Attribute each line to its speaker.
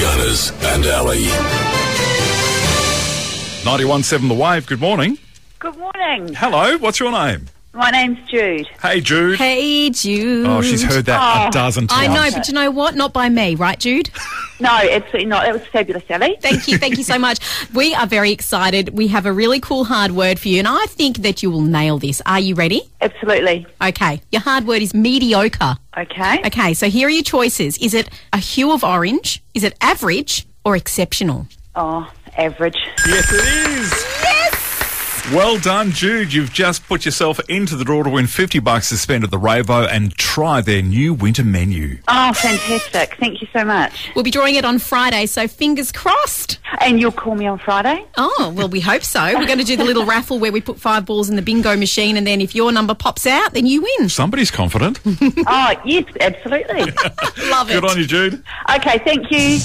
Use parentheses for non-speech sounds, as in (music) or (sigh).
Speaker 1: Gunners and Alley.
Speaker 2: 91.7 The Wave, good morning.
Speaker 3: Good morning.
Speaker 2: Hello, what's your name?
Speaker 3: My name's Jude.
Speaker 2: Hey, Jude.
Speaker 4: Hey, Jude.
Speaker 2: Oh, she's heard that a
Speaker 3: Oh,
Speaker 2: dozen
Speaker 4: I
Speaker 2: times.
Speaker 4: know, but you know what? Not by me, right, Jude?
Speaker 3: No, absolutely not. That was fabulous, Ellie.
Speaker 4: Thank you. Thank you so much. (laughs) We are very excited. We have a really cool hard word for you, and I think that you will nail this. Are you ready?
Speaker 3: Absolutely.
Speaker 4: Okay. Your hard word is mediocre.
Speaker 3: Okay.
Speaker 4: Okay, so here are your choices. Is it a hue of orange? Is it average or exceptional?
Speaker 3: Oh, average.
Speaker 2: Yes, it is. Well done, Jude. You've just put yourself into the draw to win 50 bucks to spend at the Ravo and try their new winter menu.
Speaker 3: Oh, fantastic. Thank you so much.
Speaker 4: We'll be drawing it on Friday, so fingers crossed.
Speaker 3: And you'll call me on Friday?
Speaker 4: Oh, well, we hope so. We're going to do the little raffle where we put five balls in the bingo machine, and then if your number pops out, then you win.
Speaker 2: Somebody's
Speaker 4: (laughs)
Speaker 2: confident.
Speaker 3: Oh, yes, absolutely.
Speaker 4: Love it.
Speaker 2: Good on you, Jude.
Speaker 3: okay, thank you.